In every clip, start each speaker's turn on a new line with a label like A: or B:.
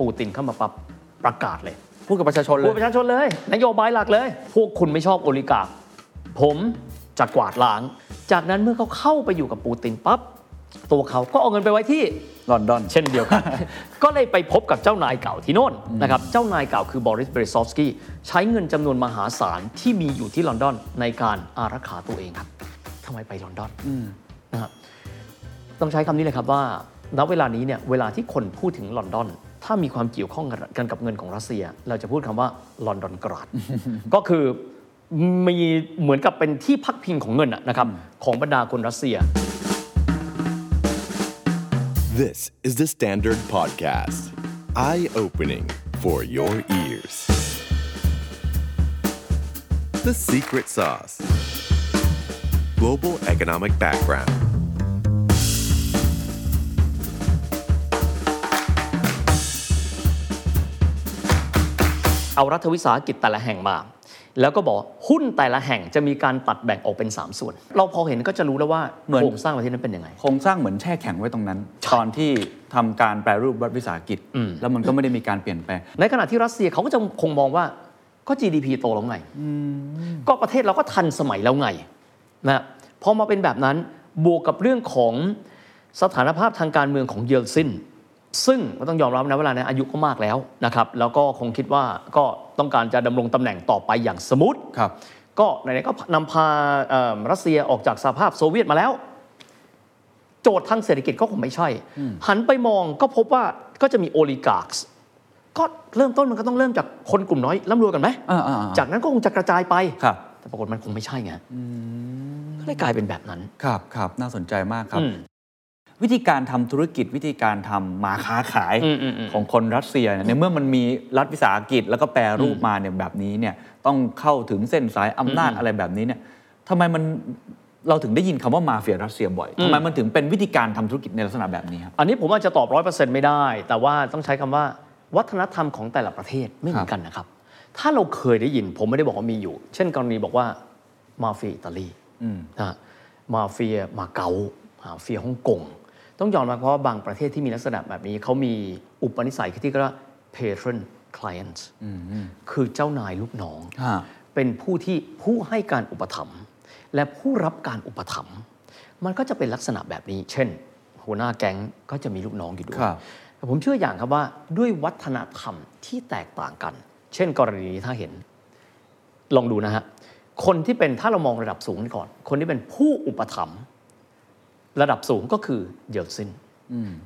A: ปูตินเข้ามาปรับประกาศเลย
B: พูดกับประชาชนเล
A: พูด
B: ย
A: ประชาชนเลย นโยบายหลักเลย พวกคุณไม่ชอบโอลิการ์คผมจะกวาดล้าง จากนั้นเมื่อเขาเข้าไปอยู่กับปูตินปั๊บตัวเขาก็เอาเงินไปไว้ที่
B: ลอนดอน
A: เช่นเดียวกัน ก็เลยไปพบกับเจ้านายเก่าที่โน่นนะครับ เจ้านายเก่าคือบอริสเบรซอฟสกี้ใช้เงินจำนวนมหาศาลที่มีอยู่ที่ลอนดอนในการอารักขาตัวเองครับทำไมไปลอนดอน
B: อืม
A: นะครับ ต้องใช้คำนี้เลยครับว่า ณ เวลานี้เนี่ย เวลาที่คนพูดถึงลอนดอน ถ้ามีความเกี่ยวข้องกันกับเงินของรัสเซีย เราจะพูดคำว่าลอนดอนก ราด ก็คือมีเหมือนกับเป็นที่พักพิงของเงินอะนะครับของบรรดาคนรัสเซีย
C: This is the Standard Podcast. Eye opening for your ears. The Secret Sauce Global Economic Background.
A: เอารัฐวิสาหกิจแต่ละแห่งมา แล้วก็บอกหุ้นแต่ละแห่งจะมีการตัดแบ่งออกเป็น 3 ส่วน เราพอเห็นก็จะรู้แล้วว่า
B: เหมือน
A: โครงสร้างประเทศนั้นเป็นยังไง
B: โครงสร้างเหมือนแช่แข็งไว้ตรงนั้น ตอนที่ทำการแปรรูปรัฐวิสาหกิจ
A: อืม
B: แล้วมันก็ไม่ได้มีการเปลี่ยนแปลง
A: ในขณะที่รัสเซียเขาก็จะคงมองว่าก็ GDP โตแล้วไง ก็ประเทศเราก็ทันสมัยแล้วไงนะพอมาเป็นแบบนั้นบวกกับเรื่องของสถานภาพทางการเมืองของเยลซิน ซึ่งก็ต้องยอมรับนะเวลานั้นอายุก็มากแล้วนะครับแล้วก็คงคิดว่าก็ต้องการจะดำรงตำแหน่งต่อไปอย่างสมูท
B: ครับ
A: ก็ไหนๆก็นำพาเอ่อรัสเซียออกจากสหภาพโซเวียตมาแล้ว โจทย์ทางเศรษฐกิจก็คงไม่ใช่ หันไปมองก็พบว่าก็จะมีโอลิการ์คก็เริ่มต้นมันก็ต้องเริ่มจากคนกลุ่มน้อยร่ำรวยกันไหม
B: อ่าๆๆ
A: จากนั้นก็คงจะกระจายไป
B: ครับ
A: แต่ปรากฏมันคงไม่ใช่ไงก็เลยกลายเป็นแบบนั้น
B: ครับครับน่าสนใจมากครับ
A: อืม
B: วิธีการทำธุรกิจวิธีการทำมาค้าขาย
A: อืมอืมอืม
B: ของคนรัสเซียเนี่ยในเมื่อมันมีรัฐวิสาหกิจแล้วก็แปรรูปมาเนี่ยแบบนี้เนี่ยต้องเข้าถึงเส้นสายอำนาจอะไรแบบนี้เนี่ยทำไมมันเราถึงได้ยินคำว่ามาเฟียรัสเซียบ่อย
A: อืม
B: ทำไมมันถึงเป็นวิธีการทำธุรกิจในลักษณะแบบนี้ครับ
A: อันนี้ผมอาจจะตอบร้อยเปอร์เซ็นต์ไม่ได้ แต่ว่าต้องใช้คำว่าวัฒนธรรมของแต่ละประเทศไม่เหมือนกันนะครับ ถ้าเราเคยได้ยินผมไม่ได้บอกว่ามีอยู่ เช่นกรณีบอกว่ามาเฟียอิตาลี
B: อืม
A: นะฮะมาเฟียมาเก๊ามาเฟียฮ่องกงต้องยอมรับเพราะว่าบางประเทศที่มีลักษณะแบบนี้เขามีอุปนิสัยที่เรียกว่า patron clients คือเจ้านายลูกน้อง
B: ฮะ
A: เป็นผู้ที่ผู้ให้การอุปถัมภ์และผู้รับการอุปถัมภ์มันก็จะเป็นลักษณะแบบนี้ เช่น หัวหน้าแก๊งก็จะมีลูกน้องอยู่ด้วย
B: ครับ
A: แต่ผมเชื่ออย่างครับว่าด้วยวัฒนธรรมที่แตกต่างกัน เช่น กรณีนี้ถ้าเห็น ลองดูนะฮะ คนที่เป็นถ้าเรามองระดับสูงก่อน คนที่เป็นผู้อุปถัมภ์ระดับสูงก็คือเยลซิน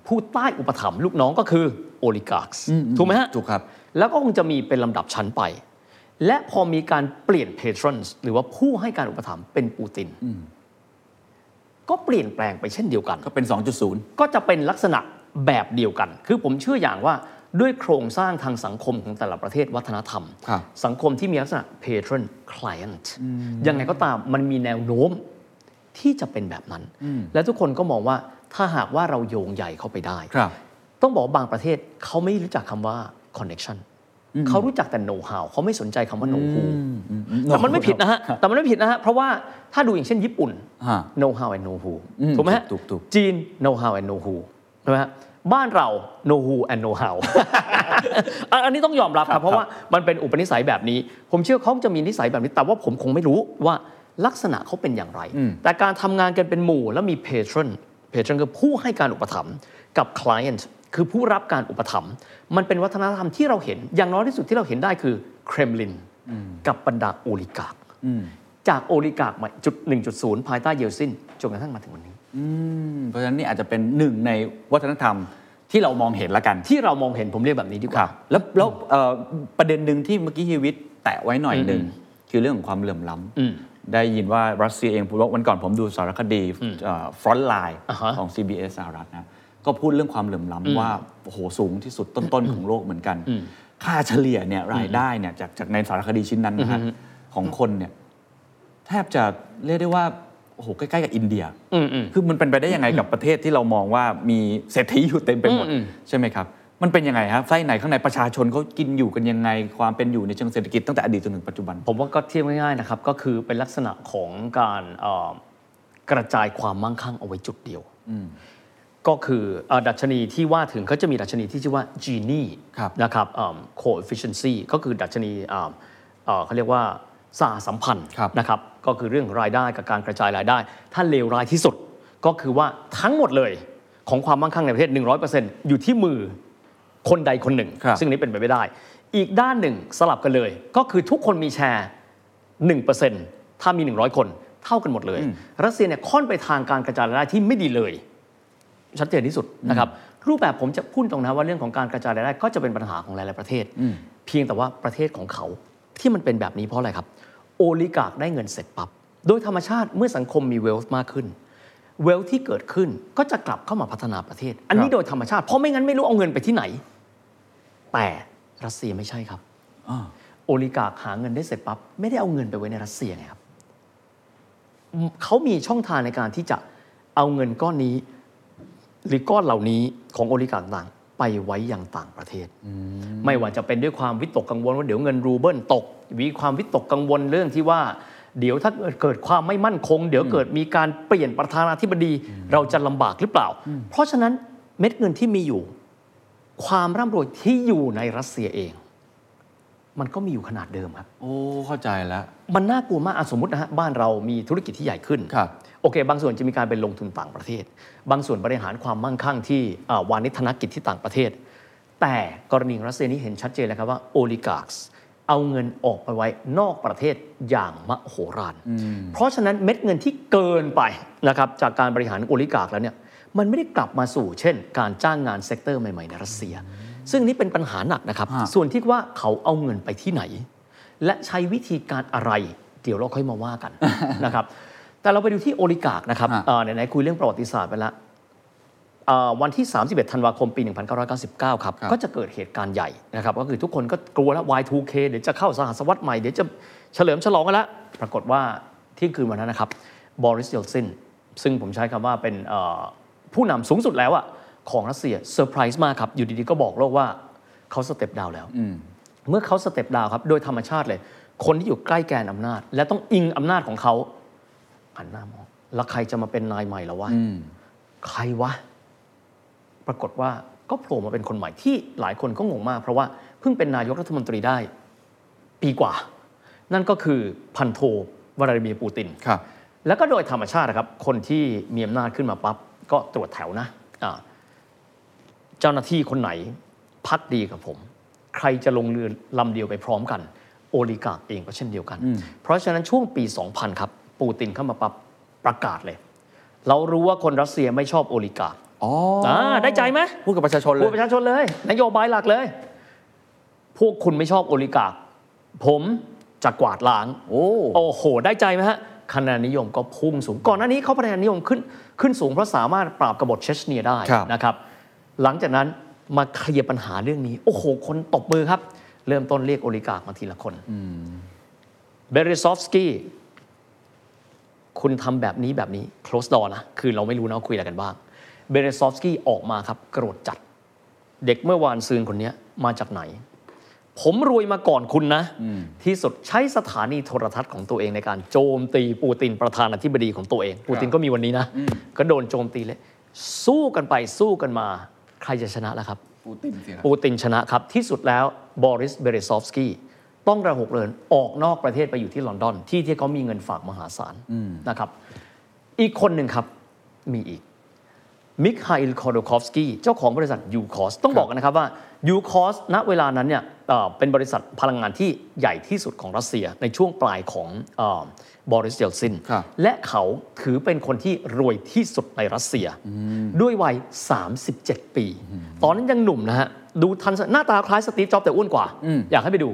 A: ผู้ใต้อุปถัมภ์ลูกน้องก็คือโอลิการ์ค
B: อื
A: ถูกไหมฮะ
B: ถูกครับ
A: แล้วก็คงจะมีเป็นลำดับชั้นไป และพอมีการเปลี่ยน patrons หรือว่าผู้ให้การอุปถัมภ์เป็นปูติน ก็เปลี่ยนแปลงไปเช่นเดียวกัน
B: ก็เป็น 2.0
A: ก็จะเป็นลักษณะแบบเดียวกัน คือผมเชื่ออย่างว่าด้วยโครงสร้างทางสังคมของแต่ละประเทศวัฒนธรรม
B: ครับ
A: สังคมที่มีลักษณะ patron client ยังไงก็ตามมันมีแนวโน้มที่จะเป็นแบบนั้น และทุกคนก็มองว่าถ้าหากว่าเราโยงใหญ่เข้าไปได้
B: ครับ
A: ต้องบอกว่าบางประเทศเขาไม่รู้จักคำว่า connection เขารู้จักแต่ know how เขาไม่สนใจคำว่า know who แต่มันไม่ผิดนะฮะ แต่มันไม่ผิดนะฮะ เพราะว่าถ้าดูอย่างเช่นญี่ปุ่น
B: ฮะ
A: know how and know who
B: อืม
A: ถูกไหมฮะ
B: ถูกถูกถูก
A: จีน know how and know who ใช่ไหมฮะบ้านเรา know who and know how อ่ะอันนี้ต้องยอมรับครับเพราะว่ามันเป็นอุปนิสัยแบบนี้ ผมเชื่อเขาจะมีนิสัยแบบนี้ แต่ว่าผมคงไม่รู้ว่าลักษณะเขาเป็นอย่างไร แต่การทำงานกันเป็นหมู่แล้วมี patron patron คือผู้ให้การอุปถัมภ์กับ client คือผู้รับการอุปถัมภ์มันเป็นวัฒนธรรมที่เราเห็น อย่างน้อยที่สุดที่เราเห็นได้คือเครมลินกับบรรดาโอลิการ์ค จากโอลิการ์คมาจุด 1.0 ภายใต้เยลซินจนกระทั่งมาถึงวันนี้
B: เพราะฉะนั้นนี่อาจจะเป็นหนึ่งในวัฒนธรรมที่เรามองเห็นละกัน
A: ที่เรามองเห็นผมเรียกแบบนี้ดีกว่า
B: แล้วแล้วเอ่อประเด็นหนึ่งที่เมื่อกี้ฮีวิตแตะไว้หน่อยหนึ่งคือเรื่องของความเหลื่อมล้
A: อืม
B: ำได้ยินว่ารัสเซียเองวันก่อนผมดูสารคดีฟรอนไลน์
A: อ่าฮะ
B: ของ CBS สหรัฐนะก็พูดเรื่องความเหลื่อมล้ำว่าโอ้โหสูงที่สุดต้นๆของโลกเหมือนกัน ค่าเฉลี่ยเนี่ยรายได้เนี่ยจากจากในสารคดีชิ้นนั้นนะฮะของคนเนี่ยแทบจะเรียกได้ว่าโอ้โหใกล้ๆกับอินเดีย
A: อืม
B: คือมันเป็นไปได้ยังไงกับประเทศที่เรามองว่ามีเศรษฐีอยู่เต็มไปหมด
A: อืม
B: ใช่ไหมครับ มันเป็นยังไงครับไส้ในข้างในประชาชนเขากินอยู่กันยังไง ความเป็นอยู่ในเชิงเศรษฐกิจตั้งแต่อดีตจนถึงปัจจุบัน
A: ผมว่าก็เทียบง่ายๆนะครับ ก็คือเป็นลักษณะของการเอ่อกระจายความมั่งคั่งเอาไว้จุดเดียว ก็คือเอ่อดัชนีที่ว่าถึงเขาจะมีดัชนีที่ชื่อว่า Gini
B: ครับ
A: นะครับเอิ่ม coefficiency ก็คือดัชนีเอิ่มเอ่อเขาเรียกว่าสหสัมพันธ์
B: ครับ
A: นะครับ ก็คือเรื่องรายได้กับการกระจายรายได้ ถ้าเลวร้ายที่สุดก็คือว่าทั้งหมดเลยของความมั่งคั่งในประเทศ 100%อยู่ที่มือคนใดคนหนึ่ง
B: ครับ
A: ซึ่งอันนี้เป็นไปไม่ได้ อีกด้านหนึ่งสลับกันเลย ก็คือทุกคนมีแชร์ 1%ถ้ามี 100 คนเท่ากันหมดเลย รัสเซียเนี่ยค่อนไปทางการกระจายรายได้ที่ไม่ดีเลย ชัดเจนที่สุดนะครับรูปแบบผมจะพูดตรงนะว่าเรื่องของการกระจายรายได้ก็จะเป็นปัญหาของหลาย ๆ ประเทศ เพียงแต่ว่าประเทศของเขาที่มันเป็นแบบนี้เพราะอะไรครับ โอลิการ์คได้เงินเสร็จปับ๊บโดยธรรมชาติเมื่อสังคมมีเวลมากขึ้น เวลที่เกิดขึ้นก็จะกลับเข้ามาพัฒนาประเทศ อันนี้โดยธรรมชาติเพราะไม่งั้นไม่รู้เอาเงินไปที่ไหน แต่รัสเซียไม่ใช่ครับ
B: อ่า
A: โอลิการ์คหาเงินได้เสร็จปั๊บไม่ได้เอาเงินไปไว้ในรัสเซียไงครับอืมเขามีช่องทางในการที่จะเอาเงินก้อนนี้ หรือก้อนเหล่านี้ของโอลิการ์คต่างไปไว้อย่างต่างประเทศ ไม่ว่าจะเป็นด้วยความวิตกกังวลว่าเดี๋ยวเงินรูเบิลตกมีความวิตกกังวลเรื่องที่ว่า เดี๋ยวถ้าเกิดความไม่มั่นคง เดี๋ยวเกิดมีการเปลี่ยนประธานาธิบดีเราจะลำบากหรือเปล่า เพราะฉะนั้นเม็ดเงินที่มีอยู่ ความร่ำรวยที่อยู่ในรัสเซียเอง มันก็มีอยู่ขนาดเดิมครับ
B: โอ้ เข้าใจแล้ว
A: มันน่ากลัวมากอะสมมตินะฮะบ้านเรามีธุรกิจที่ใหญ่ขึ้น
B: ครับ
A: โอเค บางส่วนจะมีการไปลงทุนต่างประเทศ บางส่วนบริหารความมั่งคั่งที่อ่าวานิชธนกิจที่ต่างประเทศ แต่กรณีของรัสเซียนี้เห็นชัดเจนแล้วครับว่าโอลิการ์สเอาเงินออกไปไว้นอกประเทศอย่างมโหฬารเพราะฉะนั้นเม็ดเงินที่เกินไปนะครับจากการบริหารโอลิการ์แล้วเนี่ยมันไม่ได้กลับมาสู่เช่น การจ้างงานเซกเตอร์ใหม่ๆในรัสเซีย ซึ่งนี่เป็นปัญหาหนักนะครับ
B: ฮะ
A: ส่วนที่ว่าเขาเอาเงินไปที่ไหน และใช้วิธีการอะไร เดี๋ยวเราค่อยมาว่ากัน นะครับ แต่เราไปดูที่โอลิการ์คนะครับ
B: ฮะ
A: เอ่อไหนๆคุยเรื่องประวัติศาสตร์ไปแล้วเอ่อวันที่ 31 ธันวาคมปี 1999 ครับ ก็จะเกิดเหตุการณ์ใหญ่นะครับ ก็คือทุกคนก็กลัวแล้ว Y2K เดี๋ยวจะเข้าสหสวรรษใหม่ เดี๋ยวจะเฉลิมฉลองกันแล้ว ปรากฏว่าเที่ยงคืนวันนั้นนะครับบอริสเยลซินซึ่งผมใช้คำว่าเป็นเอ่อผู้นำสูงสุดแล้วอะของรัสเซียเซอร์ไพรส์มากครับอยู่ดีๆก็บอกโลกว่าเขาสเต็ปดาวน์แล้ว เมื่อเขาสเต็ปดาวน์ครับ โดยธรรมชาติเลย คนที่อยู่ใกล้แกนอำนาจ และต้องอิงอำนาจของเขาหันหน้ามอง แล้วใครจะมาเป็นนายใหม่แล้ววะ
B: อืม
A: ใครวะ ปรากฏว่าก็โผล่มาเป็นคนใหม่ที่หลายคนก็งงมาก เพราะว่าเพิ่งเป็นนายกรัฐมนตรีได้ ปีกว่า นั่นก็คือพันโทวลาดิเมียร์ปูติน
B: ครับ
A: แล้วก็โดยธรรมชาตินะครับ คนที่มีอำนาจขึ้นมาปั๊บ ก็ตรวจแถวนะอ่าเจ้าหน้าที่คนไหนพักดีกับผม ใครจะลงเรือลำเดียวไปพร้อมกัน โอลิการ์คเองก็เช่นเดียวกัน เพราะฉะนั้นช่วงปี 2000 ครับ ปูตินเข้ามาปั๊บประกาศเลย เรารู้ว่าคนรัสเซียไม่ชอบโอลิการ์ค
B: อ๋อ
A: อ่าได้ใจไหม
B: พูดกับประชาชนเล
A: พู
B: ย
A: ดประชาชนเลย นโยบายหลักเลย พวกคุณไม่ชอบโอลิการ์คผมจะกวาดล้าง
B: โอ้
A: โอ้โห ได้ใจไหมฮะคะแนนนิยมก็พุ่งสูง ก่อนหน้านี้เขาคะแนนนิยมขึ้นขึ้นสูงเพราะสามารถปราบกบฏเชชเนียได้
B: ครับ
A: นะครับ หลังจากนั้นมาเคลียร์ปัญหาเรื่องนี้ โอ้โห คนตบมือครับ เริ่มต้นเรียกโอลิการ์คมาทีละคนเบริซอฟสกี้คุณทำแบบนี้แบบนี้ close door นะ คือเราไม่รู้นะว่าคุยอะไรกันบ้างเบริซอฟสกี้ออกมาครับโกรธจัด เด็กเมื่อวานซืนคนเนี้ยมาจากไหน ผมรวยมาก่อนคุณนะ ที่สุดใช้สถานีโทรทัศน์ของตัวเองในการโจมตีปูตินประธานาธิบดีของตัวเอง ปูตินก็มีวันนี้นะ ก็โดนโจมตีเลย สู้กันไปสู้กันมา ใครจะชนะล่ะครับ
B: ปูตินสิครับ
A: ปูตินชนะครับ ที่สุดแล้วบอริสเบเรซอฟสกี้ต้องระหกเรินออกนอกประเทศไปอยู่ที่ลอนดอน ที่ที่เขามีเงินฝากมหาศาลนะครับ อีกคนหนึ่งครับมีอีกมิคาอิลคอโดคอฟสกี้เจ้าของบริษัทยูคอสต้องบอกกันนะครับว่ายูคอสณเวลานั้นเนี่ยเอ่อเป็นบริษัทพลังงานที่ใหญ่ที่สุดของรัสเซียในช่วงปลายของเออบอริสเยลซิน
B: ครับ
A: และเขาถือเป็นคนที่รวยที่สุดในรัสเซีย ด้วยวัย 37 ปี ตอนนั้นยังหนุ่มนะฮะ ดูทันสหน้าตาคล้ายสตีฟจ็อบส์แต่อ้วนกว่า อยากให้ไปดู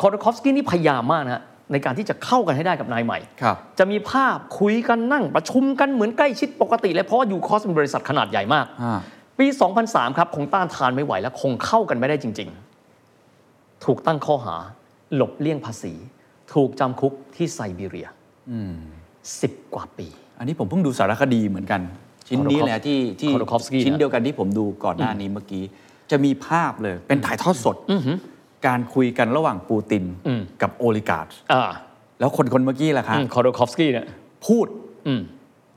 A: คอร์คอฟสกี้นี่พยายามมากนะฮะ ในการที่จะเข้ากันให้ได้กับนายใหม่
B: ครับ
A: จะมีภาพคุยกันนั่งประชุมกันเหมือนใกล้ชิดปกติเลยเพราะว่ายูคอสเป็นบริษัทขนาดใหญ่มาก
B: อ่า
A: ปี 2003 ครับ คงต้านทานไม่ไหวและคงเข้ากันไม่ได้จริง ๆ ถูกตั้งข้อหา หลบเลี่ยงภาษี ถูกจำคุกที่ไซบีเรียสิบกว่าปี
B: อันนี้ผมเพิ่งดูสารคดีเหมือนกัน ชิ้นนี้แหละที่ที่
A: Khodorkovsky
B: ชิ้นเดียวกันที่ผมดูก่อนหน้านี้เมื่อกี้ จะมีภาพเลยเป็นถ่ายทอดสด การคุยกันระหว่างปูตินกับโอลิการ์ช
A: อ่า
B: แล้วคนคนเมื่อกี้แหละครับ
A: คอร์โดคอฟสกี้เนี่ย
B: พูด
A: อืม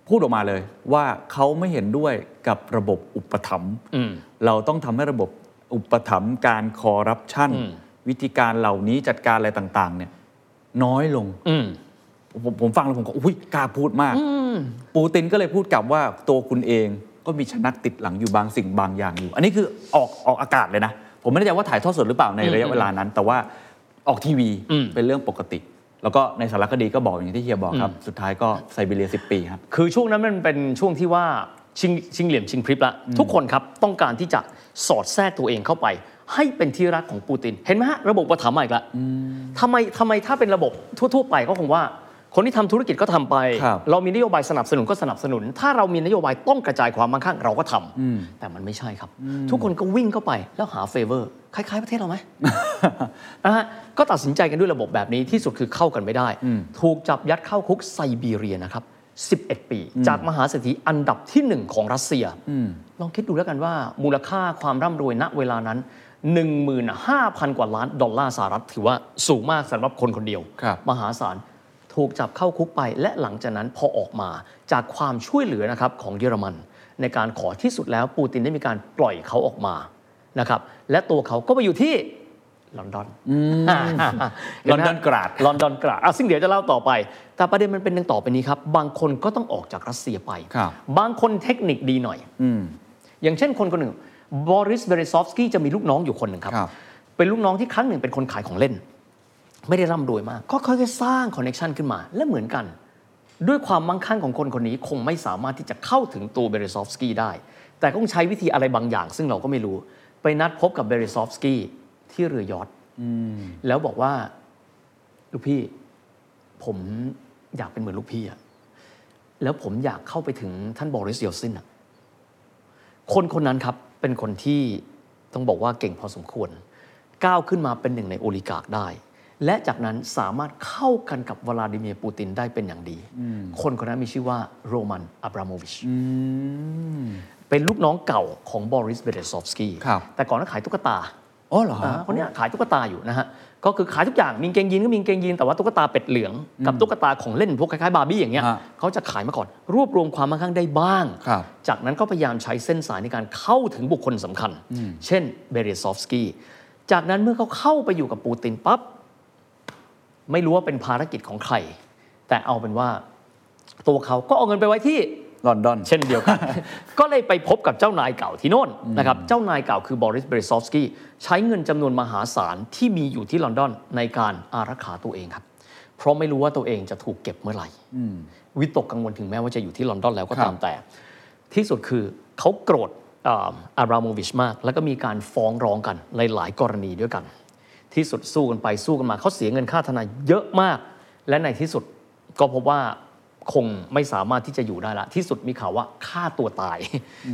B: พูดออกมาเลยว่าเขาไม่เห็นด้วยกับระบบอุปถัมภ์
A: อืม
B: เราต้องทำให้ระบบอุปถัมภ์การคอร์รัปชัน
A: อืม
B: วิธีการเหล่านี้จัดการอะไรต่าง ๆ เนี่ย น้อยลง
A: อืม
B: ผมผมฟังแล้วผมก็อุ้ยกล้าพูดมาก ปูตินก็เลยพูดกลับว่าตัวคุณเองก็มีชนะติดหลังอยู่บางสิ่งบางอย่างอยู่ อันนี้คือออกออกอากาศเลยนะ ผมไม่แน่ใจว่าถ่ายทอดสดหรือเปล่าในระยะเวลานั้น แต่ว่าออกทีวี
A: อืม
B: เป็นเรื่องปกติ แล้วก็ในสารคดีก็บอกอย่างที่เฮียบอกครับ สุดท้ายก็ไซบีเรีย 10 ปีครับ
A: คือช่วงนั้นมันเป็นช่วงที่ว่าชิงชิงเหลี่ยมชิงพริบละทุกคนครับต้องการที่จะสอดแทรกตัวเองเข้าไป ให้เป็นที่รักของปูติน เห็นไหมฮะระบบวัฏฐานมาอีกละทำไมทำไมถ้าเป็นระบบทั่ว ๆ ไปก็คงว่า คนที่ทำธุรกิจก็ทำไป
B: ครับ
A: เรามีนโยบายสนับสนุนก็สนับสนุน ถ้าเรามีนโยบายต้องกระจายความมั่งคั่งเราก็ทำ
B: อืม
A: แต่มันไม่ใช่ครับ ทุกคนก็วิ่งเข้าไปแล้วหาเฟเวอร์คล้ายๆประเทศเราไหม นะฮะก็ตัดสินใจกันด้วยระบบแบบนี้ที่สุดคือเข้ากันไม่ได้
B: อืม
A: ถูกจับยัดเข้าคุกไซบีเรียนะครับ 11 ปี จากมหาเศรษฐีอันดับที่หนึ่งของรัสเซีย
B: อืม
A: ลองคิดดูแล้วกันว่ามูลค่าความร่ำรวยณเวลานั้น 15,000 กว่าล้านดอลลาร์สหรัฐ ถือว่าสูงมากสำหรับคนคนเดียว
B: ครับ
A: มหาศาลถูกจับเข้าคุกไปและหลังจากนั้นพอออกมาจากความช่วยเหลือนะครับของเยอรมัน ในการขอที่สุดแล้วปูตินได้มีการปล่อยเขาออกมานะครับและตัวเขาก็ไปอยู่ที่ลอนดอน
B: ลอนดอนกราด
A: ลอนดอนกราดอ่ะซึ่งเดี๋ยวจะเล่าต่อไป แต่ประเด็นมันเป็นดังต่อไปนี้ครับ บางคนก็ต้องออกจากรัสเซียไป
B: ครับ
A: บางคนเทคนิคดีหน่อย
B: อืม
A: อย่างเช่นคนคนหนึ่งบอริสเบเรซอฟสกี้จะมีลูกน้องอยู่คนหนึ่งครับ
B: ครับ
A: เป็นลูกน้องที่ครั้งหนึ่งเป็นคนขายของเล่น ไม่ได้ร่ำรวยมาก ก็ค่อยๆสร้างคอนเน t ชันขึ้นมา และเหมือนกัน ด้วยความมั่งคั่งของคนคนนี้คงไม่สามารถที่จะเข้าถึงตัวเบเรซอฟสกี้ได้ แต่ก็ต้องใช้วิธีอะไรบางอย่าง ซึ่งเราก็ไม่รู้ ไปนัดพบกับเบเรซอฟสกี้ที่เรือยอทแล้วบอกว่าลูกพี่ ผมอยากเป็นเหมือนลูกพี่อะแล้วผมอยากเข้าไปถึงท่านบอริสเยลซินอะ คนคนนั้นครับ เป็นคนที่ต้องบอกว่าเก่งพอสมควร ก้าวขึ้นมาเป็นหนึ่งในโอลิการ์คได้ และจากนั้นสามารถเข้ากันกับวลาดิเมียร์ปูตินได้เป็นอย่างดี คนคนนั้นมีชื่อว่าโรมันอับราโมวิช
B: อืม
A: เป็นลูกน้องเก่าของบอริสเบเดซอฟสกี้
B: ครับ
A: แต่ก่อนก็ขายตุ๊กตา
B: อ๋อเหรอฮะ
A: อ่าคนเนี้ยขายตุ๊กตาอยู่นะฮะ ก็คือขายทุกอย่าง มีกางเกงยีนก็มีกางเกงยีน แต่ว่าตุ๊กตาเป็ดเหลือง กับตุ๊กตาของเล่นพวกคล้ายๆบาร์บี้อย่างเงี้ย
B: ฮะ
A: เขาจะขายมาก่อน รวบรวมความมั่งคั่งได้บ้าง
B: ครับ
A: จากนั้นก็พยายามใช้เส้นสายในการเข้าถึงบุคคลสำคัญ เช่นเบเรซอฟสกี้ จากนั้นเมื่อเขาเข้าไปอยู่กับปูตินปั๊บ ไม่รู้ว่าเป็นภารกิจของใคร แต่เอาเป็นว่าตัวเขาก็เอาเงินไปไว้ที่
B: ลอนดอน
A: เช่นเดียวกัน ก็เลยไปพบกับเจ้านายเก่าที่โน่นนะครับ เจ้านายเก่าคือบอริสเบรซอฟสกี้ใช้เงินจำนวนมหาศาลที่มีอยู่ที่ลอนดอนในการอารักขาตัวเองครับ เพราะไม่รู้ว่าตัวเองจะถูกเก็บเมื่อไหร่วิตกกังวลถึงแม้ว่าจะอยู่ที่ลอนดอนแล้วก็
B: ครับ
A: ตามแต่ ที่สุดคือเขาโกรธเอ่ออาบราโมวิชมาก แล้วก็มีการฟ้องร้องกันในหลายกรณีด้วยกัน ที่สุดสู้กันไปสู้กันมาเขาเสียเงินค่าทนายเยอะมาก และในที่สุดก็พบว่าคงไม่สามารถที่จะอยู่ได้ละ ที่สุดมีข่าวว่าฆ่าตัวตาย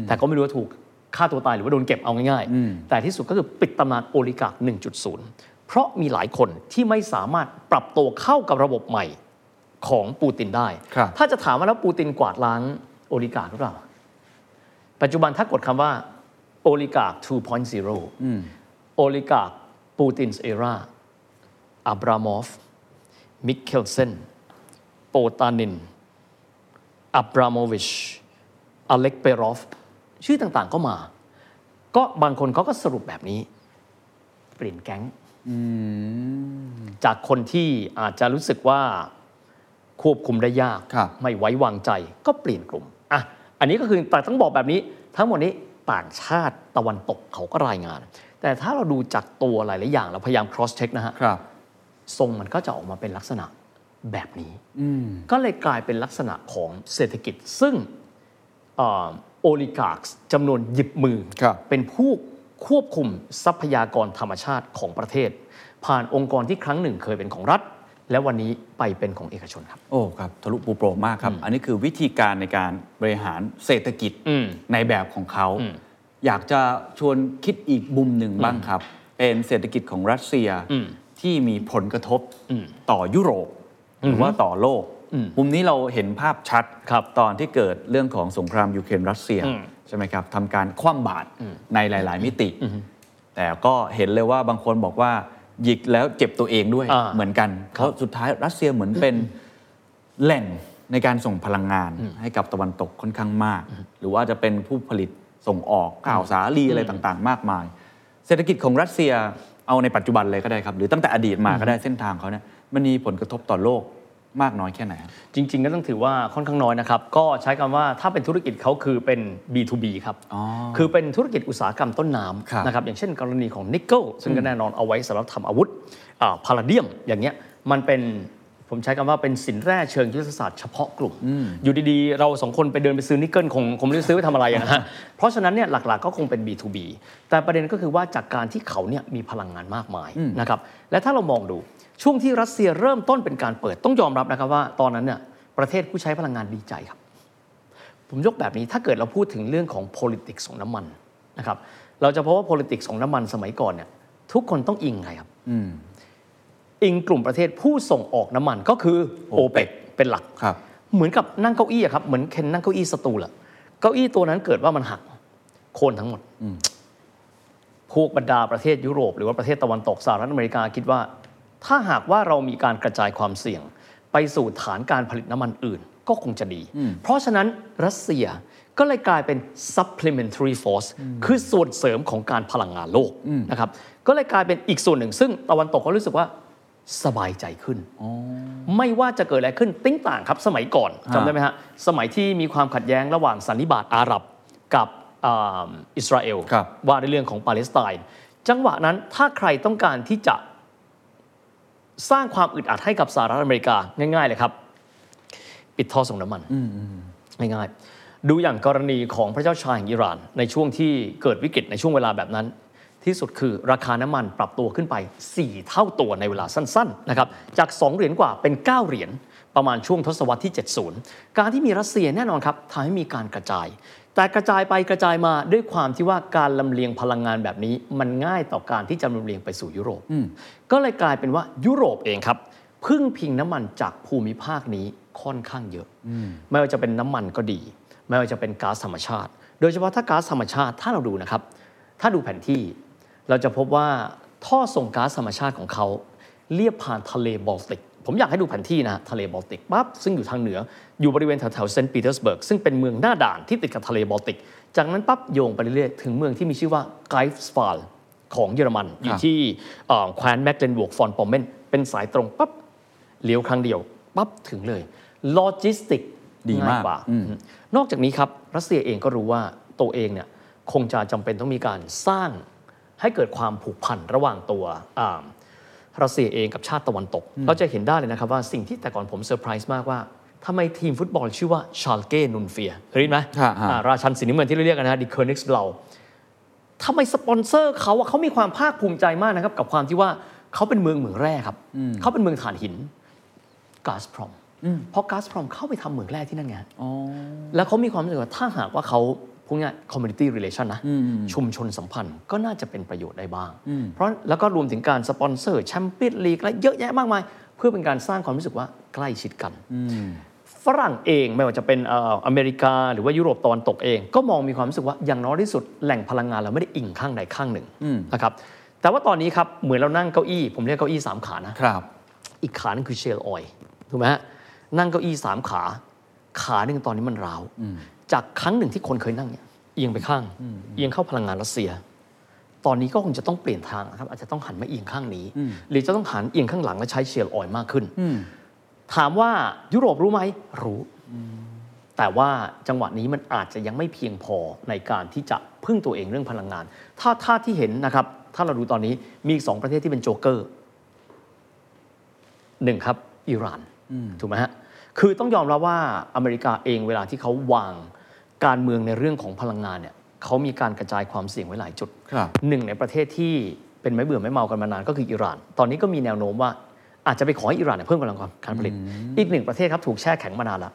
A: แต่ก็ไม่รู้ว่าถูกฆ่าตัวตายหรือว่าโดนเก็บเอาง่ายๆ แต่ที่สุดก็คือปิดตำนานโอลิการ์ค1.0 เพราะมีหลายคนที่ไม่สามารถปรับตัวเข้ากับระบบใหม่ ของปูตินได้
B: ครับ
A: ถ้าจะถามว่าแล้วปูตินกวาดล้างโอลิการ์คหรือเปล่า ปัจจุบันถ้ากดคำว่าโอลิการ์ค2.0โอลิการ์คปูตินส์เอราอับรามอฟ มิเคลเซน โปตานิน อับรามอวิช อเล็กเปรอฟ ชื่อต่างๆก็มา ก็บางคนเขาก็สรุปแบบนี้ เปลี่ยนแก๊ง จากคนที่อาจจะรู้สึกว่าควบคุมได้ยาก
B: ครับ
A: ไม่ไว้วางใจก็เปลี่ยนกลุ่มอ่ะอันนี้ก็คือแต่ต้องบอกแบบนี้ ทั้งหมดนี้ต่างชาติตะวันตกเขาก็รายงาน แต่ถ้าเราดูจากตัวหลายๆอย่างเราพยายาม cross check นะฮะ
B: ครับ
A: ทรงมันก็จะออกมาเป็นลักษณะแบบนี้ก็เลยกลายเป็นลักษณะของเศรษฐกิจ ซึ่งโอลิการ์คจำนวนหยิบมือ
B: ครับ
A: เป็นผู้ควบคุมทรัพยากรธรรมชาติของประเทศ ผ่านองค์กรที่ครั้งหนึ่งเคยเป็นของรัฐ และวันนี้ไปเป็นของเอกชนครับ
B: โอ้ครับทะลุปูโปรงมากครับ อันนี้คือวิธีการในการบริหารเศรษฐกิจ
A: อืม
B: ในแบบของเขา
A: อืม
B: อยากจะชวนคิดอีกมุมหนึ่งบ้างครับ เป็นเศรษฐกิจของรัสเซีย
A: อืม
B: ที่มีผลกระทบ
A: อืม
B: ต่อยุโรปหรือว่าต่อโลก
A: อืม
B: มุมนี้เราเห็นภาพชัด
A: ครับ
B: ตอนที่เกิดเรื่องของสงครามยูเครนรัสเซีย
A: อืม
B: ใช่ไหมครับทำการคว่ำบาตรในหลาย ๆ มิติ แต่ก็เห็นเลยว่าบางคนบอกว่าหยิกแล้วเจ็บตัวเองด้วย
A: อ่า
B: เหมือนกันเพราะสุดท้ายรัสเซียเหมือนเป็น แหล่ง ในการส่งพลังงานให้กับตะวันตกค่อนข้างมาก หรือว่าจะเป็นผู้ผลิตส่งออกข่าวสาลีอะไรต่างๆ มากมาย เศรษฐกิจของรัสเซียเอาในปัจจุบันเลยก็ได้ครับ หรือตั้งแต่อดีตมาก็ได้เส้นทางเขาเนี่ยมันมีผลกระทบต่อโลกมากน้อยแค่ไหนครับ
A: จริง ๆ ก็ต้องถือว่าค่อนข้างน้อยนะครับ ก็ใช้คำว่าถ้าเป็นธุรกิจเขาคือเป็น B2B ครับ
B: อ๋อ
A: คือเป็นธุรกิจอุตสาหกรรมต้น
B: ครับ
A: น้ำนะครับ อย่างเช่นกรณีของนิกเกิลซึ่งก็แน่นอนเอาไว้สำหรับทำอาวุธพาราเดียมอย่างเงี้ยมันเป็นผมใช้คำว่าเป็นสินแร่เชิงยุทธศาสตร์เฉพาะกลุ่ม อยู่ดีๆ เราสองคนไปเดินไปซื้อนิกเกิลคงคงไม่ได้ซื้อไปทำอะไรอะนะฮ ะ เพราะฉะนั้นเนี่ยหลักๆก็คงเป็น B2B แต่ประเด็นก็คือว่าจากการที่เขาเนี่ยมีพลังงานมากมายนะครับและถ้าเรามองดู ช่วงที่รัสเซียเริ่มต้นเป็นการเปิดต้องยอมรับนะครับว่าตอนนั้นเนี่ยประเทศผู้ใช้พลังงานดีใจครับ ผมยกแบบนี้ถ้าเกิดเราพูดถึงเรื่องของ politics ของน้ำมันนะครับเราจะพบว่า politics ของน้ำมันสมัยก่อนเนี่ยทุกคนต้องอิงใครครับ
B: อืม
A: อิงกลุ่มประเทศผู้ส่งออกน้ำมันก็คือโอเปก
B: OPEC
A: เป็นหลัก
B: ครับ
A: เหมือนกับนั่งเก้าอี้อะครับเหมือนเคนนั่งเก้าอี้สตูลอะเก้าอี้ตัวนั้นเกิดว่ามันหักโค่นทั้งหมดพวกบรรดาประเทศยุโรป หรือว่าประเทศตะวันตกสหรัฐอเมริกาคิดว่า ถ้าหากว่าเรามีการกระจายความเสี่ยง ไปสู่ฐานการผลิตน้ำมันอื่น ก็คงจะดี เพราะฉะนั้นรัสเซียก็เลยกลายเป็น supplementary force คือส่วนเสริมของการพลังงานโลกนะครับก็เลยกลายเป็นอีกส่วนหนึ่ง ซึ่งตะวันตกก็รู้สึกว่าสบายใจขึ้น ไม่ว่าจะเกิดอะไรขึ้นติ้งต่างครับสมัยก่อน
B: อ่า
A: จำได้ไหมฮะ สมัยที่มีความขัดแย้งระหว่างสันนิบาตอาหรับกับอ่าอิสราเอล
B: ครับ
A: ว่าในเรื่องของปาเลสไตน์จังหวะนั้นถ้าใครต้องการที่จะสร้างความอึดอัดให้กับสหรัฐอเมริกาง่าย ๆ เลยครับ ปิดท่อส่งน้ำมัน ง่ายๆ ดูอย่างกรณีของพระเจ้าชายแห่งอิหร่าน ในช่วงที่เกิดวิกฤตในช่วงเวลาแบบนั้น ที่สุดคือราคาน้ำมันปรับตัวขึ้นไป 4 เท่าตัวในเวลาสั้นๆนะครับจาก 2 เหรียญกว่าเป็น 9 เหรียญประมาณช่วงทศวรรษที่ 70 การที่มีรัสเซียแน่นอนครับทำให้มีการกระจาย แต่กระจายไปกระจายมาด้วยความที่ว่าการลำเลียงพลังงานแบบนี้ มันง่ายต่อการที่จะลำเลียงไปสู่ยุโรปก็เลยกลายเป็นว่ายุโรปเองครับ พึ่งพิงน้ำมันจากภูมิภาคนี้ค่อนข้างเยอะ ไม่ว่าจะเป็นน้ำมันก็ดี ไม่ว่าจะเป็นก๊าซธรรมชาติ โดยเฉพาะถ้าก๊าซธรรมชาติถ้าเราดูนะครับ ถ้าดูแผนที่ เราจะพบว่าท่อส่งก๊าซธรรมชาติของเขาเลียบผ่านทะเลบอลติก ผมอยากให้ดูแผนที่นะทะเลบอลติกปั๊บซึ่งอยู่ทางเหนือ อยู่บริเวณแถวๆเซนต์ปีเตอร์สเบิร์กซึ่งเป็นเมืองหน้าด่านที่ติดกับทะเลบอลติก จากนั้นปั๊บโยงไปเรื่อยๆถึงเมืองที่มีชื่อว่าไกฟ์สฟาลของเยอรมันอยู่ที่เอ่อแคว้นแมกเดนบวกฟอนปอมเมนเป็นสายตรงปั๊บ เลี้ยวครั้งเดียวปั๊บถึงเลยโลจิสติก
B: ดีมาก
A: ว่า
B: อืม
A: นอกจากนี้ครับ รัสเซียเองก็รู้ว่าตัวเองเนี่ยคงจะจำเป็นต้องมีการสร้างให้เกิดความผูกพันระหว่างตัวอ่ารัสเซียเองกับชาติตะวันตก เราจะเห็นได้เลยนะครับว่าสิ่งที่แต่ก่อนผมเซอร์ไพรส์มากว่าทำไมทีมฟุตบอลชื่อว่าชาลเก้นุนเฟียเคยได้ยินไหม
B: ฮะฮะ
A: อ่าราชันสีน้ำเงินที่เราเรียกกันนะดิเคอร์นิกส์เรา ทำไมสปอนเซอร์เขาอะเขามีความภาคภูมิใจมากนะครับ กับความที่ว่าเขาเป็นเมืองเหมืองแร่ครับ เขาเป็นเมืองถ่านหินก๊าซพรอมเพราะก๊าซพรอมเข้าไปทำเหมืองแร่ที่นั่นไงฮะแล้วเขามีความรู้สึกว่าถ้าหากว่าเขาพูดง่าย community relation นะ ชุมชนสัมพันธ์ก็น่าจะเป็นประโยชน์ได้บ้าง เพราะแล้วก็รวมถึงการสปอนเซอร์แชมเปี้ยนลีกและเยอะแยะมากมาย เพื่อเป็นการสร้างความรู้สึกว่าใกล้ชิดกัน ฝรั่งเองไม่ว่าจะเป็นเอ่ออเมริกา หรือว่ายุโรปตะวันตกเอง ก็มองมีความรู้สึกว่าอย่างน้อยที่สุดแหล่งพลังงานเราไม่ได้อิงข้างใดข้างหนึ่งนะครับแต่ว่าตอนนี้ครับ เหมือนเรานั่งเก้าอี้ ผมเรียกเก้าอี้ 3 ขานะ
B: ครับ
A: อีกขาหนึงคือเชลออยถูกไหมฮะนั่งเก้าอี้สามขา ขาหนึ่งตอนนี้มันร้าว จากครั้งหนึ่งที่คนเคยนั่งเนี่ยเอียงไปข้าง เอียงเข้าพลังงานรัสเซีย ตอนนี้ก็คงจะต้องเปลี่ยนทางนะครับ อาจจะต้องหันมาเอียงข้างนี้ หรือจะต้องหันเอียงข้างหลังและใช้เชลออยมากขึ้น ถามว่ายุโรปรู้ไหมรู้ แต่ว่าจังหวะนี้มันอาจจะยังไม่เพียงพอในการที่จะพึ่งตัวเองเรื่องพลังงาน ถ้าถ้าที่เห็นนะครับ ถ้าเราดูตอนนี้มีอีกสองประเทศที่เป็นโจ๊กเกอร์ หนึ่งครับอิหร่านถูกไหมฮะคือต้องยอมรับว่าอเมริกาเองเวลาที่เขาวางการเมืองในเรื่องของพลังงานเนี่ยเขามีการกระจายความเสี่ยงไว้หลายจุด
B: ครับ
A: หนึ่งในประเทศที่เป็นไม่เบื่อไม่เมากันมานานก็คืออิหร่าน ตอนนี้ก็มีแนวโน้มว่าอาจจะไปขอให้อิหร่านเนยเพิ่มกำลังการผลิต อีกหนึ่งประเทศครับถูกแช่แข็งมานานละ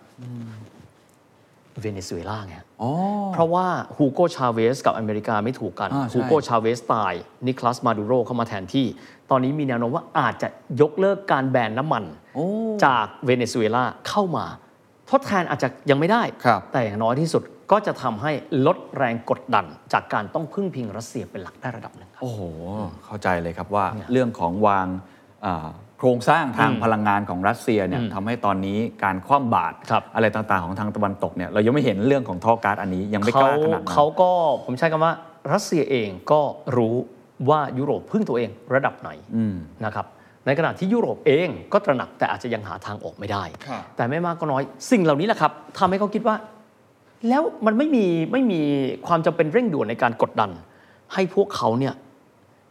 A: เวเนซุเอลาไงฮะ
B: อ๋อ
A: เพราะว่าฮูโกชาเวสกับอเมริกาไม่ถูกกัน
B: อ่าใช่
A: ฮูโกชาเวสตายนิคลัสมาดูโรเข้ามาแทนที่ ตอนนี้มีแนวโน้มว่าอาจจะยกเลิกการแบนน้ำมัน
B: โอ้
A: จากเวเนซุเอลาเข้ามา ทดแทนอาจจะยังไม่ได้
B: ครับ
A: แต่อย่างน้อยที่สุดก็จะทำให้ลดแรงกดดัน จากการต้องพึ่งพิงรัสเซียเป็นหลักได้ระดับหนึ่งครับ
B: โอ้โห เข้าใจเลยครับว่าเรื่องของวางอ่า โครงสร้างทาง
A: อืม
B: พลังงานของรัสเซียเนี่ย
A: อืม
B: ทำให้ตอนนี้การคว่ำบาตร
A: ครับ
B: อะไรต่างๆของทางตะวันตกเนี่ยเรายังไม่เห็นเรื่องของท่อก๊าซอันนี้ยังไม่ก
A: เขา
B: ล้าขนาดนั้น
A: เขาก็ผมใช้คำว่ารัสเซียเองก็รู้ว่ายุโรปพึ่งตัวเองระดับไหน
B: อืม
A: นะครับในขณะที่ยุโรปเองก็ตระหนักแต่อาจจะยังหาทางออกไม่ได้
D: ครับ
A: แต่ไม่มากก็น้อยสิ่งเหล่านี้แหละครับทำให้เขาคิดว่า แล้วมันไม่มีไม่มีความจำเป็นเร่งด่วนในการกดดัน ให้พวกเขาเนี่ย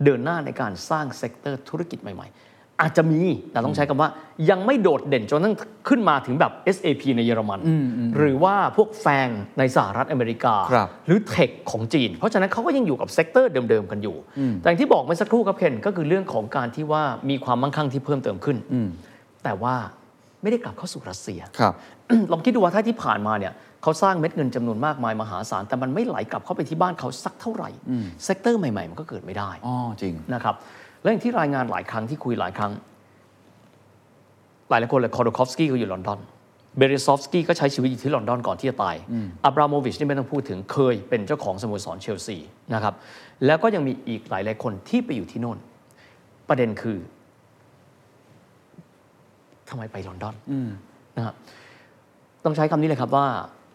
A: เดินหน้าในการสร้างเซกเตอร์ธุรกิจใหม่ ๆ อาจจะมีแต่ต้องใช้คำว่า ยังไม่โดดเด่นจนต้องขึ้นมาถึงแบบ SAP ในเยอรมัน หรือว่าพวกแฟงในสหรัฐอเมริกา
B: ครับ
A: หรือเทคของจีน เพราะฉะนั้นเขาก็ยังอยู่กับเซกเตอร์เดิม ๆ กันอยู่ แต่อย่างที่บอกเมื่อสักครู่ครับเคนก็คือเรื่องของการที่ว่ามีความมั่งคั่งที่เพิ่มเติมขึ้น แต่ว่าไม่ได้กลับเข้าสู่รัสเซีย
B: ครับ
A: ลองคิดดูว่าถ้าที่ผ่านมาเนี่ยเขาสร้างเม็ดเงินจำนวนมากมายมหาศาล แต่มันไม่ไหลกลับเข้าไปที่บ้านเขาสักเท่าไหร่ เซกเตอร์ใหม่ ๆ มันก็เกิดไม่ได้
B: อ๋อจริง
A: นะครับและอย่างที่รายงานหลายครั้งที่คุยหลายครั้ง หลายหลายคนเลยคอร์ดคอฟสกี้ก็อยู่ลอนดอนเบเรซอฟสกี้ก็ใช้ชีวิตอยู่ที่ลอนดอนก่อนที่จะตายอับราโมวิชนี่ไม่ต้องพูดถึงเคยเป็นเจ้าของสโมสรเชลซีนะครับแล้วก็ยังมีอีกหลายหลายคนที่ไปอยู่ที่โน่น ประเด็นคือทำไมไปลอนดอนนะครับ ต้องใช้คำนี้เลยครับว่า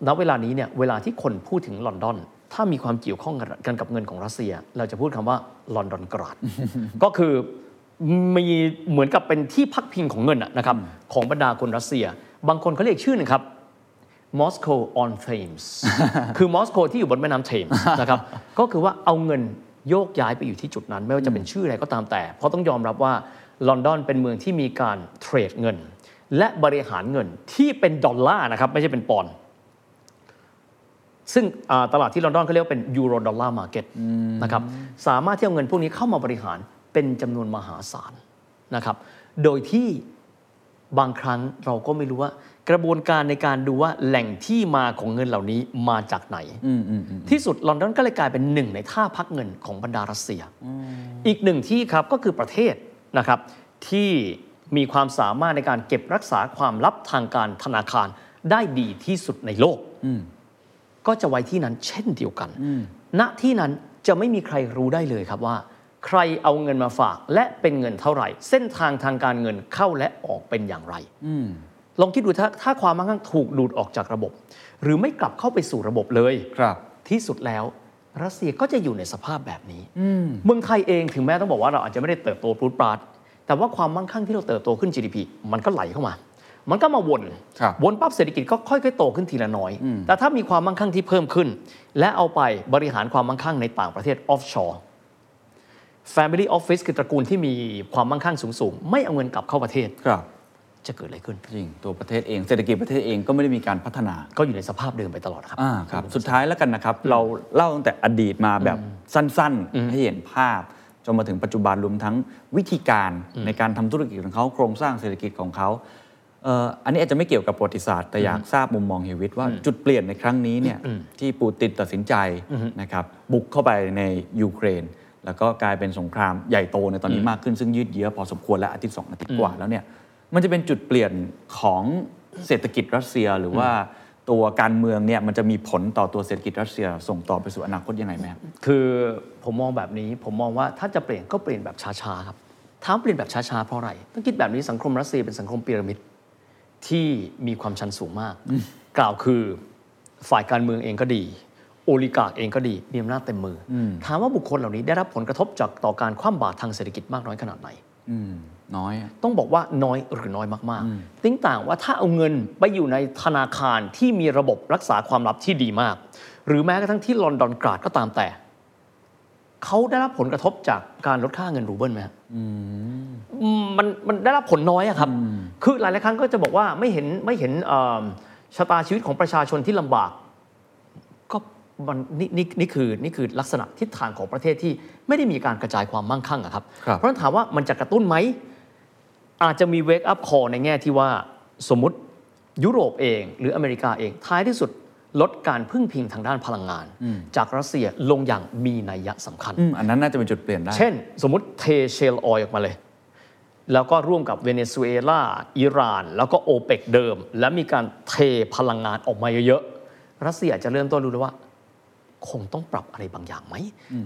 A: ณเวลานี้เนี่ยเวลาที่คนพูดถึงลอนดอน ถ้ามีความเกี่ยวข้องกันกับเงินของรัสเซีย เราจะพูดคำว่าลอนดอนกราด ก็คือมีเหมือนกับเป็นที่พักพิงของเงินอะนะครับของบรรดาคนรัสเซีย บางคนเขาเรียกชื่อหนึงครับ Moscow on Thames คือมอสโกที่อยู่บนแม่น้ำเทม ส์นะครับ ก็คือว่าเอาเงินโยกย้ายไปอยู่ที่จุดนั้น ไม่ว่าจะเป็นชื่ออะไรก็ตามแต่ เพราะต้องยอมรับว่าลอนดอนเป็นเมืองที่มีการเทรดเงิน และบริหารเงินที่เป็นดอลลาร์นะครับ ไม่ใช่เป็นปอนด์ซึ่งอ่าตลาดที่ลอนดอนเขาเรียกว่าเป็นยูโรดอลลาร์มาร์เก็ตนะครับสามารถที่เอาเงินพวกนี้เข้ามาบริหารเป็นจำนวนมหาศาลนะครับ โดยที่ บางครั้งเราก็ไม่รู้ว่ากระบวนการในการดูว่าแหล่งที่มาของเงินเหล่านี้มาจากไหน
B: อืมอืมอืม
A: ที่สุดลอนดอนก็เลยกลายเป็นหนึ่งในท่าพักเงินของบรรดารัสเซีย อีกหนึ่งที่ครับก็คือประเทศนะครับที่มีความสามารถในการเก็บรักษาความลับทางการธนาคารได้ดีที่สุดในโลก
B: อืม
A: ก็จะไว้ที่นั้นเช่นเดียวกัน ณ ที่นั้นจะไม่มีใครรู้ได้เลยครับว่า ใครเอาเงินมาฝากและเป็นเงินเท่าไหร่ เส้นทางทางการเงินเข้าและออกเป็นอย่างไร
B: อืม
A: ลองคิดดูถ้าถ้าความมั่งคั่งถูกดูดออกจากระบบ หรือไม่กลับเข้าไปสู่ระบบเลย
B: ครับ
A: ที่สุดแล้วรัสเซียก็จะอยู่ในสภาพแบบนี้
B: อืม
A: เมืองไทยเองถึงแม้ต้องบอกว่าเราอาจจะไม่ได้เติบโตปรูดปราด แต่ว่าความมั่งคั่งที่เราเติบโตขึ้น GDP มันก็ไหลเข้ามา มันก็มาวน
B: ครับ
A: วนปั๊บเศรษฐกิจก็ค่อยๆโตขึ้นทีละน้อย แต่ถ้ามีความมั่งคั่งที่เพิ่มขึ้น และเอาไปบริหารความมั่งคั่งในต่างประเทศออฟชอร์ Family Office คือตระกูลที่มีความมั่งคั่งสูงๆ ไม่เอาเงินกลับเข้าประเทศ
B: ครับ
A: จะเกิดอะไรขึ้น
B: จริง ตัวประเทศเอง เศรษฐกิจประเทศเองก็ไม่ได้มีการพัฒนา
A: ก็อยู่ในสภาพเดิมไปตลอดครับ
B: อ่าครับ สุดท้ายแล้วกันนะครับ เราเล่าตั้งแต่อดีตมาแบบสั้นๆ ให้เห็นภาพ จนมาถึงปัจจุบันรวมทั้งวิธีการในการทำธุรกิจของเขาโครงสร้างเศรษฐกิจของเขาเอ่ออันนี้อาจจะไม่เกี่ยวกับประวัติศาสตร์แต่อยากทราบมุมมองเฮยวิทว่าจุดเปลี่ยนในครั้งนี้เนี่ยที่ปูตินตัดสินใจนะครับบุกเข้าไปในยูเครน แล้วก็กลายเป็นสงครามใหญ่โตในตอนนี้มากขึ้นซึ่งยืดเยื้อพอสมควรและอาทิตย์สองอาทิตย์กว่าแล้วเนี่ยมันจะเป็นจุดเปลี่ยนของเศรษฐกิจรัสเซียหรือว่า ตัวการเมืองเนี่ยมันจะมีผลต่อตัวเศรษฐกิจรัสเซียส่งต่อไปสู่อนาคตยังไงไหมครับ
A: คือผมมองแบบนี้ผมมองว่าถ้าจะเปลี่ยนก็เปลี่ยนแบบช้าๆครับถามเปลี่ยนแบบช้าๆเพราะอะไรต้องคิดแบบนี้สังคมรัสเซียเป็นสังคมพีระมิดที่มีความชันสูงมาก กล่าวคือฝ่ายการเมืองเองก็ดี โอลิการ์คเองก็ดีมีอำนาจเต็มมืออถามว่าบุคคลเหล่านี้ได้รับผลกระทบจากต่อการคว่ำบาตรทางเศรษฐกิจมากน้อยขนาดไหน
B: อืมน้อยอะ
A: ต้องบอกว่าน้อยหรือน้อยมากๆติ้งต่างว่าถ้าเอาเงินไปอยู่ในธนาคารที่มีระบบรักษาความลับที่ดีมาก หรือแม้กระทั่งที่ลอนดอนกราดก็ตามแต่ เขาได้รับผลกระทบจากการลดค่าเงินรูเบิลไหมฮะอืมมันมันได้รับผลน้อยอะครับ คือหลายหลายๆครั้งก็จะบอกว่าไม่เห็นไม่เห็นเอิ่มชะตาชีวิตของประชาชนที่ลำบาก ก็มันนี่นี่นี่คือนี่คือลักษณะทิศทางของประเทศที่ไม่ได้มีการกระจายความมั่งคั่งอะครับ เพราะฉะนั้นถามว่ามันจะกระตุ้นไหม อาจจะมีเวกอัพคอในแง่ที่ว่าสมมติยุโรปเองหรืออเมริกาเองท้ายที่สุดลดการพึ่งพิงทางด้านพลังงาน จากรัสเซียลงอย่างมีนัยสำคัญ
B: อืมอันนั้นน่าจะเป็นจุดเปลี่ยนได้
A: เช่น สมมติเทเชลออยล์ออกมาเลย แล้วก็ร่วมกับเวเนซุเอลาอิหร่าน แล้วก็โอเปกเดิม และมีการเทพลังงานออกมาเยอะๆ รัสเซียอาจจะเริ่มต้นรู้แล้วว่า คงต้องปรับอะไรบางอย่างไหม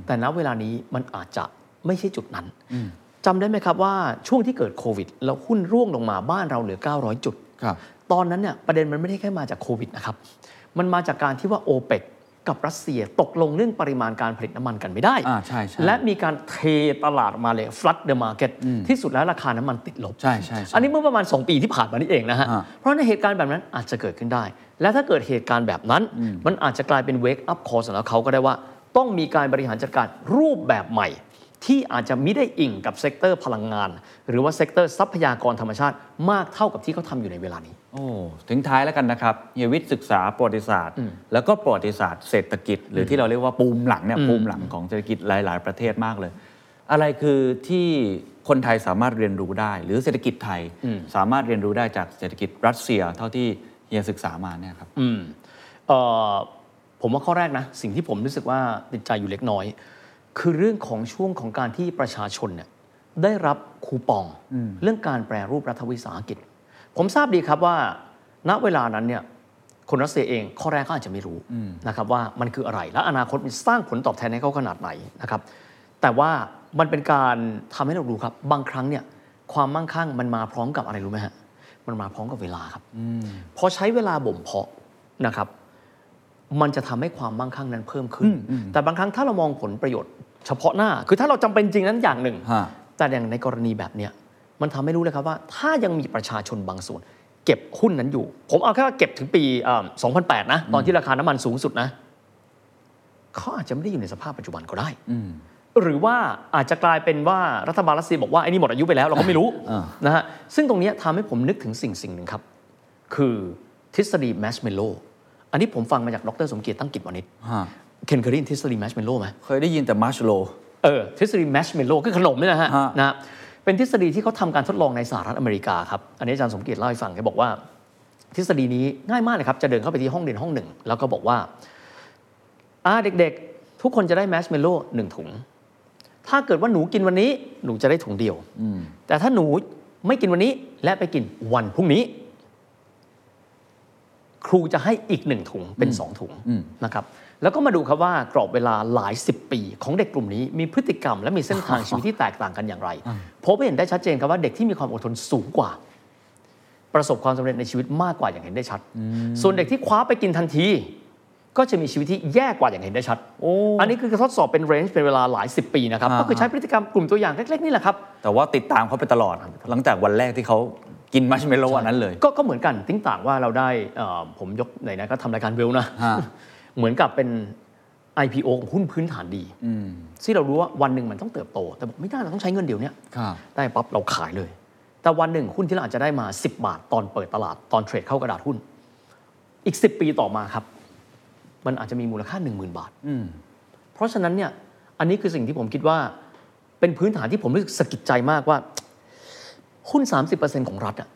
A: แต่ณเวลานี้มันอาจจะไม่ใช่จุดนั้น จำได้ไหมครับว่าช่วงที่เกิดโควิด แล้วหุ้นร่วงลงมาบ้านเราเหลือ 900 จุด
B: ครับ
A: ตอนนั้นเนี่ยประเด็นมันไม่ได้แค่มาจากโควิดนะครับ มันมาจากการที่ว่าโอเปกกับรัสเซียตกลงเรื่องปริมาณการผลิตน้ำมันกันไม่ได้
B: อ่าใช่ใช่
A: และมีการเทตลาดมาเลย ฟลัดเดอะมาร์เก็ตที่สุดแล้วราคาน้ำมันติดลบ
B: ใช่ใช่ใช่
A: อันนี้เมื่อประมาณ 2 ปีที่ผ่านมานี่เองนะฮะ
B: อ่า
A: เพราะในเหตุการณ์แบบนั้นอาจจะเกิดขึ้นได้ และถ้าเกิดเหตุการณ์แบบนั้น มันอาจจะกลายเป็น wake up call สำหรับเขาก็ได้ว่า ต้องมีการบริหารจัดการรูปแบบใหม่ ที่อาจจะไม่ได้อิงกับเซกเตอร์พลังงาน หรือว่าเซกเตอร์ทรัพยากรธรรมชาติมากเท่ากับที่เขาทำอยู่ในเวลานี้
B: โอ้ถึงท้ายแล้วกันนะครับเฮียวิทย์ศึกษาประวัติศาสตร์ แล้วก็ประวัติศาสตร์เศรษฐกิจ หรือที่เราเรียกว่าปูมหลังเนี่ยปูมหลังของเศรษฐกิจหลาย ๆ ประเทศมากเลย อะไรคือที่คนไทยสามารถเรียนรู้ได้ หรือเศรษฐกิจไทยสามารถเรียนรู้ได้จากเศรษฐกิจรัสเซีย เท่าที่เฮียศึกษามาเนี่ยครับ
A: อืมเอ่อผมว่าข้อแรกนะ สิ่งที่ผมรู้สึกว่าติดใจอยู่เล็กน้อย คือเรื่องของช่วงของการที่ประชาชนเนี่ยได้รับคูปองเรื่องการแปรรูปรัฐวิสาหกิจ ผมทราบดีครับว่า ณเวลานั้นเนี่ยคนรัสเซียเองข้อแรกก็อาจจะไม่รู้นะครับว่ามันคืออะไรและอนาคตมันสร้างผลตอบแทนให้เขาขนาดไหนนะครับ แต่ว่ามันเป็นการทำให้เรารู้ครับ บางครั้งเนี่ยความมั่งคั่งมันมาพร้อมกับอะไรรู้ไหมฮะมันมาพร้อมกับเวลาครับ พอใช้เวลาบ่มเพาะนะครับ มันจะทำให้ความมั่งคั่งนั้นเพิ่มขึ้น แต่บางครั้งถ้าเรามองผลประโยชน์เฉพาะหน้า คือถ้าเราจำเป็นจริงนั้นอย่างหนึ่ง
B: ฮะ
A: แต่อย่างในกรณีแบบเนี้ยมันทำให้รู้เลยครับว่า ถ้ายังมีประชาชนบางส่วน เก็บหุ้นนั้นอยู่ ผมเอาแค่ว่าเก็บถึงปีเอ่อ2008 นะ ตอนที่ราคาน้ำมันสูงสุดนะเขาอาจจะไม่ได้อยู่ในสภาพปัจจุบันก็ได้
B: อืม
A: หรือว่าอาจจะกลายเป็นว่ารัฐบาลรัสเซียบอกว่าไอ้นี่หมดอายุไปแล้วเราก็ไม่รู้
B: อ่า
A: นะฮะซึ่งตรงเนี้ยทำให้ผมนึกถึงสิ่งสิ่งหนึ่งครับ คือทฤษฎีแมชเมลโลอันนี้ผมฟังมาจากดรสมเกียรติตั้งกิจวานิช
B: ฮะ
A: เคนเคยได้ยินทฤษฎีแมชเมลโลไหม
B: เคยได้ยินแต่มาร์ชโล
A: เออทฤษฎีแมชเมลโลก็ขนมเนี่ยนะฮะ
B: ฮะ
A: นะฮะเป็นทฤษฎีที่เขาทำการทดลองในสหรัฐอเมริกาครับ อันนี้อาจารย์สมเกียรติเล่าให้ฟังแกบอกว่า ทฤษฎีนี้ง่ายมากเลยครับ จะเดินเข้าไปที่ห้องเรียนห้องหนึ่ง แล้วก็บอกว่าอ่าเด็กๆ ทุกคนจะได้แมชเมลโล่หนึ่งถุง ถ้าเกิดว่าหนูกินวันนี้หนูจะได้ถุงเดียว แต่ถ้าหนูไม่กินวันนี้และไปกินวันพรุ่งนี้ ครูจะให้อีกหนึ่งถุงเป็นสองถุงนะครับ แล้วก็มาดูครับว่ากรอบเวลาหลายสิบปี ของเด็กกลุ่มนี้มีพฤติกรรมและมีเส้นทางชีวิตที่แตกต่างกันอย่างไรพบเห็นได้ชัดเจนครับว่าเด็กที่มีความอดทนสูงกว่า ประสบความสำเร็จในชีวิตมากกว่าอย่างเห็นได้ชัด ส่วนเด็กที่คว้าไปกินทันที ก็จะมีชีวิตที่แย่กว่าอย่างเห็นได้ชัด
B: โอ้
A: อันนี้คือทดสอบเป็นเรนจ์เป็นเวลาหลายสิบปีนะครับ
B: อ่า
A: ก็คือใช้พฤติกรรมกลุ่มตัวอย่างเล็ก ๆ นี่แหละครับ
B: แต่ว่าติดตามเขาไปตลอด หลังจากวันแรกที่เขากินมาร์ชเมลโลอันนั้นเลย
A: ก็ก็เหมือนกันติ้งต่างว่าเราได้เอ่อผมยกไหนนะก็ทำรายการเวลนะ
B: ฮะ
A: เหมือนกับเป็น IPO ของหุ้นพื้นฐานดีที่เรารู้ว่าวันหนึ่งมันต้องเติบโต แต่บอกไม่ได้เราต้องใช้เงินเดี๋ยวเนี้ย
B: ครับ
A: ได้ปั๊บเราขายเลย แต่วันหนึ่งหุ้นที่เราอาจจะได้มา 10 บาทตอนเปิดตลาดตอนเทรดเข้ากระดาษหุ้น อีก 10 ปีต่อมาครับ มันอาจจะมีมูลค่า 10,000 บาท
B: อืม
A: เพราะฉะนั้นเนี่ย อันนี้คือสิ่งที่ผมคิดว่า เป็นพื้นฐานที่ผมรู้สึกสะกิดใจมากว่า หุ้น 30%ของรัฐอะ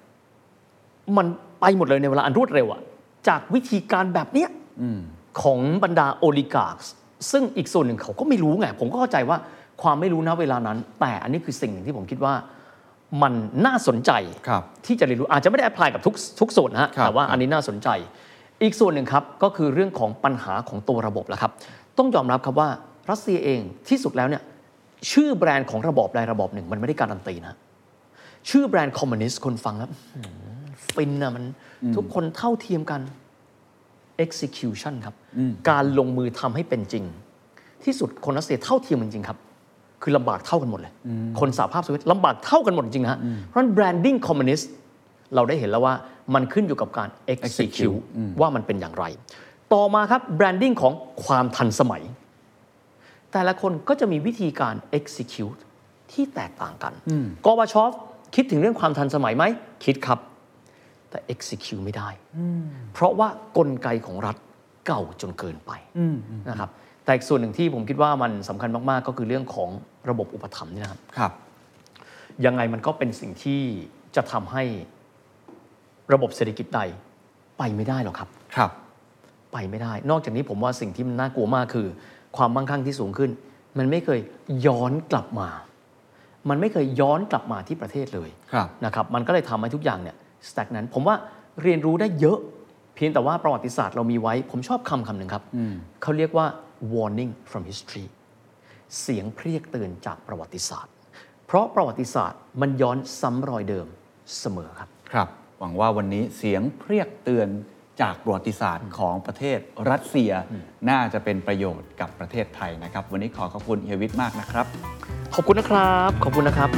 A: มันไปหมดเลยในเวลาอันรวดเร็วอะจากวิธีการแบบเนี้ยของบรรดาโอลิการ์คซึ่งอีกส่วนหนึ่งเขาก็ไม่รู้ไง ผมก็เข้าใจว่าความไม่รู้นะเวลานั้น แต่อันนี้คือสิ่งหนึ่งที่ผมคิดว่ามันน่าสนใจ
B: ครับ
A: ที่จะเรียนรู้อาจจะไม่ได้ a p พลายกับทุกทุกส่วนนะฮะ
B: ครับ
A: แต่ว่า
B: ครับ
A: อันนี้น่าสนใจ อีกส่วนหนึ่งครับ ก็คือเรื่องของปัญหาของตัวระบบแหละครับ ต้องยอมรับครับว่ารัสเซียเองที่สุดแล้วเนี่ยชื่อแบรนด์ของระบอบใดระบอบหนึ่ง มันไม่ได้การันตีนะ ชื่อแบรนด์คอมมิวนิสต์คนฟังแล้วอื้อหือฟินนะมันทุกคนเท่าเทียมกัน execution ครับ การลงมือทำให้เป็นจริง ที่สุดคนรัสเซียเท่าเทียมกันจริงครับ คือลำบากเท่ากันหมดเลย คนสหภาพโซเวียตลำบากเท่ากันหมดจริงๆนะฮะเพราะฉะนั้นแบรนดิ้งคอมมิวนิสต์เราได้เห็นแล้วว่ามันขึ้นอยู่กับการ execute
B: execute
A: ว่ามันเป็นอย่างไร ต่อมาครับแบรนดิ้งของความทันสมัย แต่ละคนก็จะมีวิธีการ execute ที่แตกต่างกันกอร์บาชอฟคิดถึงเรื่องความทันสมัยไหม คิดครับ แต่ execute ไม่ได้ เพราะว่ากลไกของรัฐเก่าจนเกินไปนะครับแต่อีกส่วนหนึ่งที่ผมคิดว่ามันสำคัญมาก ๆ ก็คือเรื่องของระบบอุปถัมภ์นี่นะครับ
B: ครับ
A: ยังไงมันก็เป็นสิ่งที่จะทำให้ระบบเศรษฐกิจใดไปไม่ได้หรอกครับ
B: ครับ
A: ไปไม่ได้ นอกจากนี้ผมว่าสิ่งที่มันน่ากลัวมากคือ ความมั่งคั่งที่สูงขึ้น มันไม่เคยย้อนกลับมา มันไม่เคยย้อนกลับมาที่ประเทศเลย
B: ครับ
A: นะครับมันก็เลยทำให้ทุกอย่างเนี่ยสแต็กนั้น ผมว่าเรียนรู้ได้เยอะ เพียงแต่ว่าประวัติศาสตร์เรามีไว้ ผมชอบคำคำหนึ่งครับ เขาเรียกว่า warning from history เสียงเพรียกเตือนจากประวัติศาสตร์ เพราะประวัติศาสตร์มันย้อนซ้ำรอยเดิมเสมอครับ
B: ครับ หวังว่าวันนี้เสียงเพรียกเตือนจากประวัติศาสตร์ของประเทศรัสเซีย น่าจะเป็นประโยชน์กับประเทศไทยนะครับ วันนี้ขอขอบคุณเฮียวิทย์มากนะครับ
A: ขอบคุณนะครับ ขอบคุณนะครับ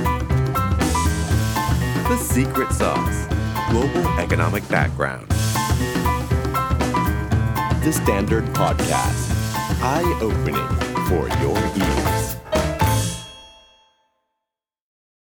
C: The Secret Sauce Global Economic Background. The Standard Podcast. Eye opening for your ears.